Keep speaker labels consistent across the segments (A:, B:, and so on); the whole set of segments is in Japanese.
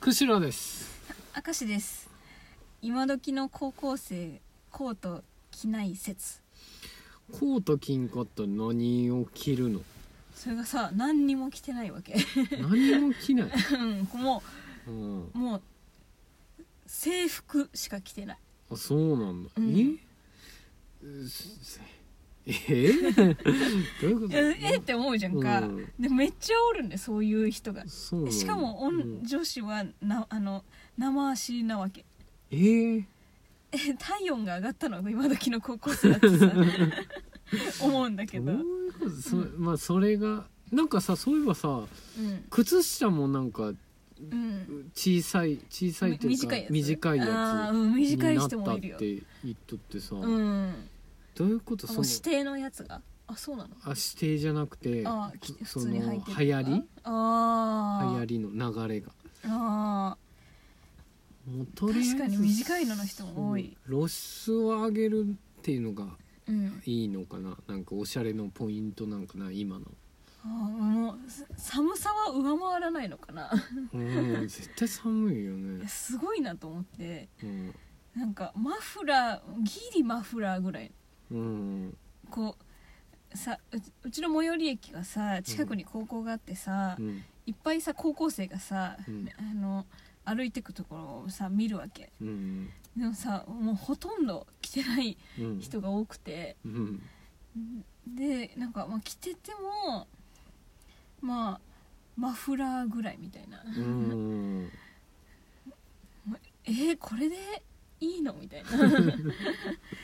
A: 釧路です
B: 明石です今時の高校生コート着ない説
A: コート着んかったら何を着 るの
B: それがさ何にも着てないわけ
A: 何も着ない、
B: うんも
A: うん、
B: うもう制服しか着てない
A: あそうなんだ、
B: うん
A: えうすえ どういうこと
B: ええって思うじゃんか、
A: うん
B: でめっちゃおるんでそういう人が
A: そうなんだ
B: しかもおん
A: うん
B: 女子はなあの生足なわけ
A: えー、
B: え体温が上がったのが今時の高校生 だってさ思うんだけど、
A: どう
B: う
A: いうことそ,、
B: うん
A: まあ、それがなんかさそういえばさ
B: ん
A: 靴下もなんか
B: うん、
A: 小さい小さいというか
B: 短いやつ
A: 短い
B: あー
A: や
B: うん、
A: つに
B: 短い
A: なっ
B: 人
A: た
B: も
A: っ
B: いるよ
A: て言っとってさ、
B: うん
A: どういうこと
B: あ
A: そ
B: の
A: の
B: 指定のやつがあそうなの
A: あ指定じゃなくて
B: あき普
A: そ
B: 通
A: の
B: に
A: 流
B: 履い
A: 行
B: て
A: り流行
B: ああ
A: りの流れが
B: あ
A: もうとりあえず
B: 確かに短いのの人も多い
A: そう露出を上げるっていうのが
B: うん
A: いいのかななんかおしゃれのポイントなんかな今の
B: あーもうす寒さは上回らないのかな
A: うん絶対寒いよ
B: いや
A: ね、
B: すごいなと思って
A: うん
B: なんかマフラーギリマフラーぐらい
A: うん
B: こうさうちうちの最寄り駅がさ近くに高校があってさ、
A: うん
B: いっぱいさ高校生がさ、
A: うん
B: あの歩いてくところをさ見るわけ
A: うん
B: でもさもうほとんど着てない
A: うん
B: 人が多くて、
A: うん
B: でなんかまあ着ててもまあマフラーぐらいみたいな、
A: うん
B: えー、これでいいのみたいな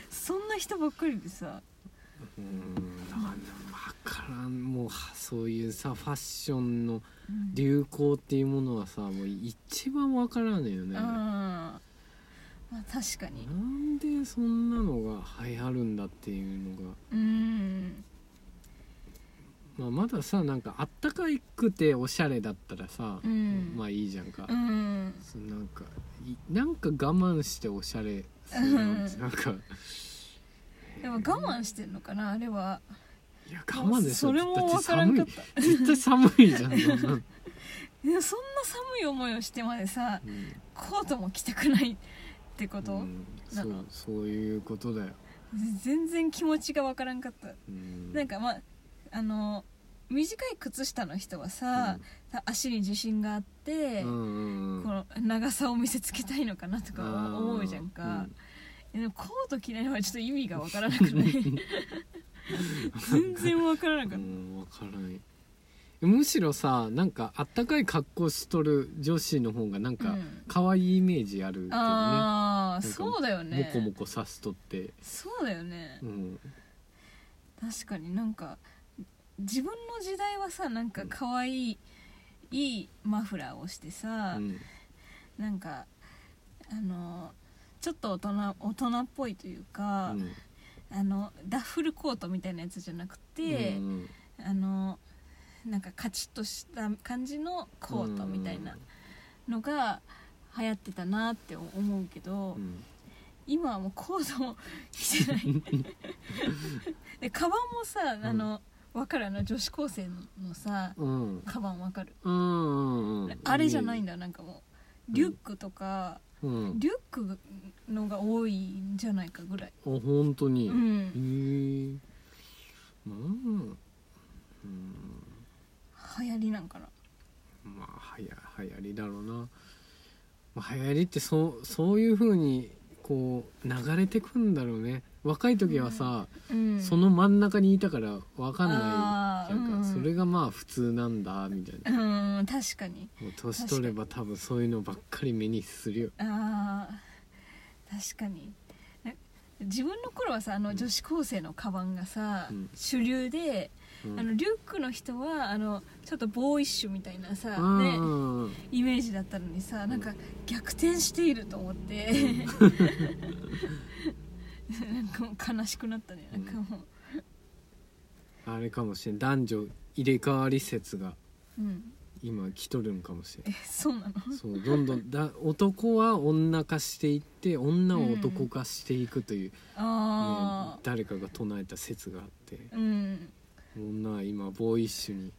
B: そんな人ばっかりでさ
A: うんだから分からんもうはそういうさファッションの
B: うん
A: 流行っていうものはさもう一番分からんのよねな
B: あーまあ確かに
A: んでそんなのが流行るんだっていうのが、
B: うん
A: まあ、まださなんかあったかくておしゃれだったらさ、
B: うん
A: まあいいじゃんか、
B: うん
A: そなんかいなんか我慢しておしゃれするなんて
B: うん
A: なんか
B: でも我慢してんのかなあれはい
A: や我慢でしょ
B: それも分からんかった
A: 絶対寒い絶対寒いじゃんそんなの、
B: でもそんな寒い思いをしてまでさ
A: うん
B: コートも着たくないって こと、
A: うん、そ
B: な
A: うんそういうことだよ、
B: 全然気持ちがわからんかった
A: うん、
B: なんかまああの短い靴下の人はさ、足に自信があって、
A: うんうんうん
B: この長さを見せつけたいのかなとか思うじゃんか、でもコート着ないのはちょっと意味がわからなくない全然わからな
A: う
B: かっ
A: ん、分からないむしろさなんかあったかい格好しとる女子の方がなん
B: た、
A: か
B: うん
A: 可愛いイメージあるけどね、な
B: ああ
A: んか
B: そうだよね
A: モコモコさすとって、
B: そうだよね
A: うん、
B: 確かになんか自分の時代はさなんか可愛い、いいマフラーをして
A: う
B: さ、
A: ん
B: なんかあのちょっと大人大人っぽいというか、
A: うん
B: あのダッフルコートみたいなやつじゃなくて、
A: うん
B: あのなんかカチッとした感じのコートみたいなのが流行ってたなって思うけど、
A: うん
B: 今はもうコートも着てない でカバンもさあの、わかるあの女子高生のさ
A: うん
B: カバンわかる、
A: うんうん
B: あれじゃないん
A: だ、
B: だなんかもうリュックとか、
A: うん、
B: リュックのが多いんじゃないかぐら
A: あ
B: い、
A: 本当に、
B: う
A: へ
B: ん、
A: えうんうん
B: 流行りなんかな
A: まあはや流行りだろうな、まあ、流行りってそうそういう風にこう流れてくんだろうね若い時はさ、
B: うん
A: その真ん中にいたから分かんな
B: あ
A: い
B: ー
A: じゃんか、
B: うんうん
A: それがまあ普通なんだみたいな
B: うん確かに
A: もう年取れば多分そういうのばっかり目にするよ
B: あー確かにな自分の頃はさあの女子高生のカバンがさ、
A: うん
B: 主流で、
A: うん
B: あのリュックの人はあのちょっとボーイッシュみたいなさ、
A: うんう
B: ね、
A: んうん
B: イメージだったのにさなんか逆転していると思って なんかもう悲しくなったねなんかも
A: あれかもしれん男女入れ替わり説が
B: う、うん、
A: 今来とるんかもしれ
B: え
A: ん
B: そうなの
A: そうどんどんだ男は女化していって女を男化していくという、ね
B: ああ、
A: 誰かが唱えた説があって
B: うん
A: 女は今ボーイッシュに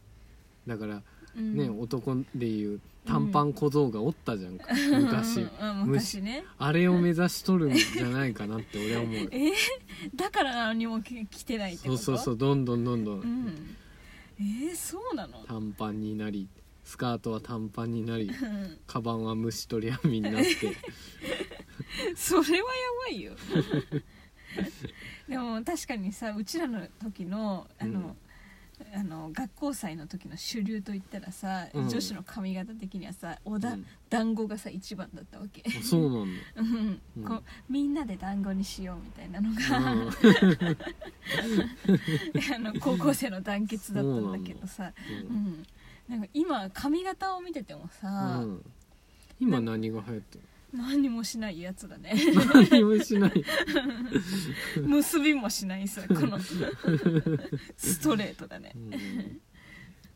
A: だから
B: うん
A: ね、男でいう短パン小僧がおったじゃんか、昔
B: うんうんうん昔ね
A: あれを目指しとるんじゃないかなって俺は思う
B: えー、だから何もき来てないって
A: そ
B: こ
A: う
B: と、
A: そうそううどんどんどんどん、
B: ん、えー、そうなの
A: 短パンになりスカートは短パンになり
B: うん
A: カバンは虫取り網になって
B: それはやばいよ でも確かにさうちらの時のあの、あの学校祭の時の主流といったらさ、
A: うん
B: 女子の髪型的にはさおだ、
A: うん
B: 団子がさ一番だったわけ、
A: あそうなん
B: うん
A: うん
B: こうみんなで団子にし ようみたいなの
A: だ、
B: が、
A: うん
B: あの高校生の団結だったんだけどさうん、なんか今髪型を見ててもさ、
A: うんうん今何が流行って
B: 何もしないやつだ ね
A: るの何もしない
B: 結びもしないさこ のストレートだね
A: うん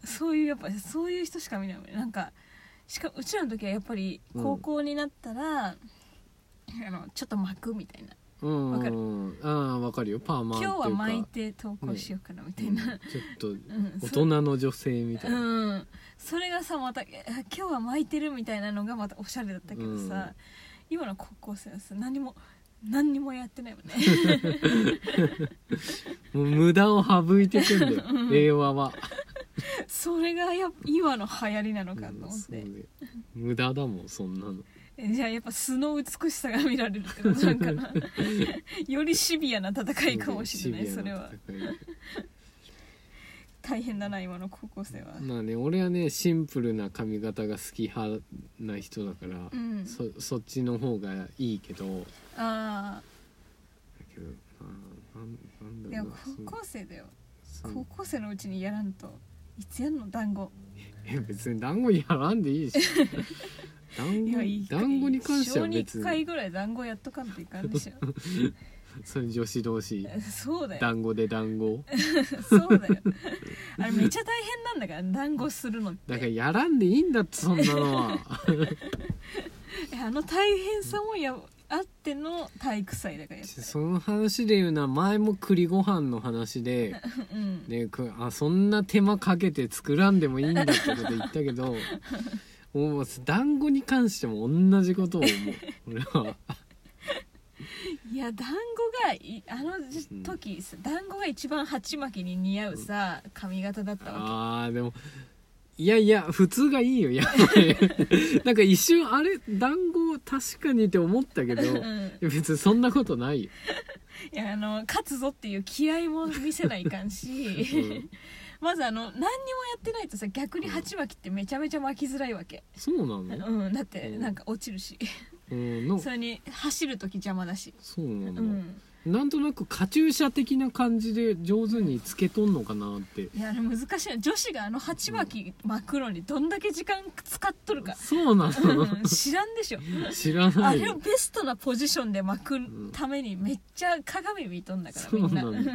B: そういうやっぱそういう人しか見ないもんねなんかしかうちらの時はやっぱり
A: うん
B: 高校になったら、あのちょっと巻くみたいな
A: うん
B: わかる
A: ああわかるよパーマンって
B: 今
A: いう
B: 日
A: か
B: は巻いて投稿しようかなみたいな、
A: ちょっと
B: うん
A: 大
B: そ
A: 人の女性みたいな、
B: うん、それがさまたえ「今日は巻いてる」みたいなのがまたおしゃれだったけどさ、今の高校生はさ何も何にもやってないもんね
A: も う無駄を省いてくん だよ、令和は、
B: それがやっぱ今の流行りなの
A: うん
B: かと思っ
A: そう
B: て、
A: ね無駄だもんそんなの
B: えじゃあやっぱ素の美しさが見られるってことなん かなよりシビアな戦いかもしれない
A: シ
B: そ
A: ビ
B: れ
A: ア
B: は
A: 戦い
B: 大変だな今の高校生は、
A: まあね俺はねシンプルな髪型が好き派な人だから、
B: うん
A: そそっちの方がいいけどだ
B: あ
A: けどあーなん
B: あ
A: なんだ
B: で
A: ろ
B: も
A: うな
B: 高校生だよ
A: そうそ
B: 高
A: う
B: 校生のうちにやらんといつやんの団子
A: え別に団子やらんでいい し団
B: いやいい
A: 子団子に関しては
B: 小
A: 別
B: 2回
A: に
B: ぐらい団子やっとかんといかんでしょ
A: それ女子同士
B: そうだよ
A: 団子で団子
B: そうだよあれめっちゃ大変なんだから団子するのっ
A: だか
B: て
A: らやらんでいいんだってそんなのは
B: えあの大変さもやあっての体育祭だからや っ
A: その話で言うな前も栗ご飯の話で
B: ぱりうん
A: ね、くあそんな手間かけて作らんでもいいんだってこと言ったけどもう団子に関しても同じことを思う俺は、
B: いや団子がいあのじ
A: うん
B: 時さ団子が一番鉢巻きに似合うさ髪型だったわ
A: あーでもいやいや普通がいいよやっぱ りなんか一瞬あれ団子確かにって思ったけど
B: けうん
A: 別にそんなことないよ、
B: いやあの勝つぞっていう気合も見せないかんし、
A: うん、
B: まずあの何にもやってないとさ逆に鉢巻きってめちゃめちゃ巻きづらいわけ、
A: そうな
B: う
A: の、
B: んだって
A: うん
B: なんか落ちるし、
A: うん、の
B: そ
A: そ
B: れに走る時邪魔だし、
A: うな
B: う
A: の、
B: ん、
A: なんとなくカチューシャ的な感じで上手につけとんのかなって
B: いやあれ難しいな女子があの鉢巻き巻くのにどんだけ時間使っとるか、
A: そうなの、
B: うん知らんでしょ
A: 知ら
B: あ
A: ない
B: れ
A: よ
B: をベストなポジションで巻くためにめっちゃ鏡見とんだから
A: そう
B: みんな
A: なの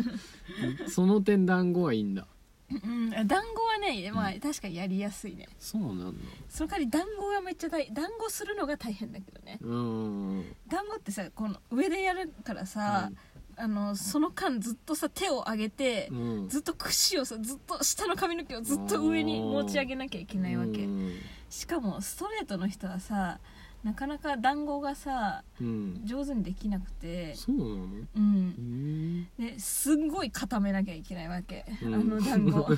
A: その点団子はいいんだ
B: うん団子はね、まあ、確かにやりやすいね
A: そうなんだ
B: その代わり団子がめっちゃ大団子するのが大変だけどね
A: うーん
B: 団子ってさこの上でやるからさ、あのその間ずっとさ手を上げて、
A: うん
B: ずっと櫛をさずっと下の髪の毛をずっと上に持ち上げなきゃいけないわけ、
A: うん
B: しかもストレートの人はさなかなか団子がさ
A: うん
B: 上手にできなくて
A: そうなの
B: うん
A: うーん
B: ですんごい固めなきゃいけないわけ、
A: うん
B: あの 団子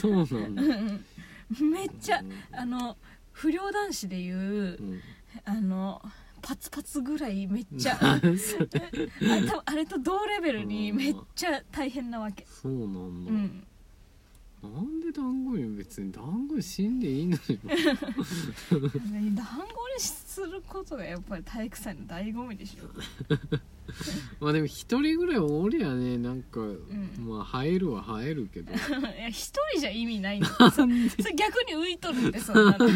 A: そうなんだ
B: うんめっちゃあの不良男子でいう、
A: うん
B: あのパツパツぐらいめっちゃあ
A: あ そ
B: 多分あれと同レベルにめっちゃ大変なわけ
A: そうなんだ、
B: うん
A: なんで団子に別に団子に死んでいいのに
B: 団子にすることがやっぱり体育祭の醍醐味でしょ
A: まあでも一人ぐらい俺やねなんか、
B: ん
A: まあ生えるは生えるけ ど
B: いや一人じゃ意味ないんだよそそれ逆に浮いとるってそんなの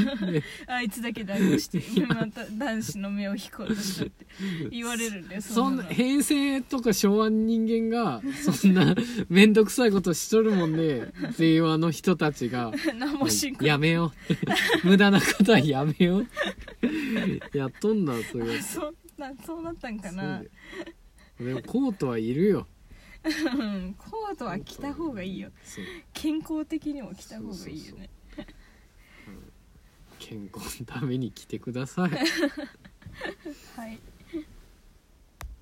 B: あいつだけ団子してまた男子の目を引こうとしたって言われるんだよ
A: そ
B: そ
A: ん
B: ん
A: な
B: なの
A: 平成とか昭和の人間がそんな 面倒くさいことしとるもんで令和の人たちが
B: 何もしんく
A: やめようって 無駄なことはやめようってやっとんだそう いうやつ
B: そんなそうなったんか
A: そう
B: な
A: ででもコートはいるよ
B: うんコートは着た方がいいよ
A: そう
B: 健康的にも着た方がいいよね
A: 健康のために来てください
B: はい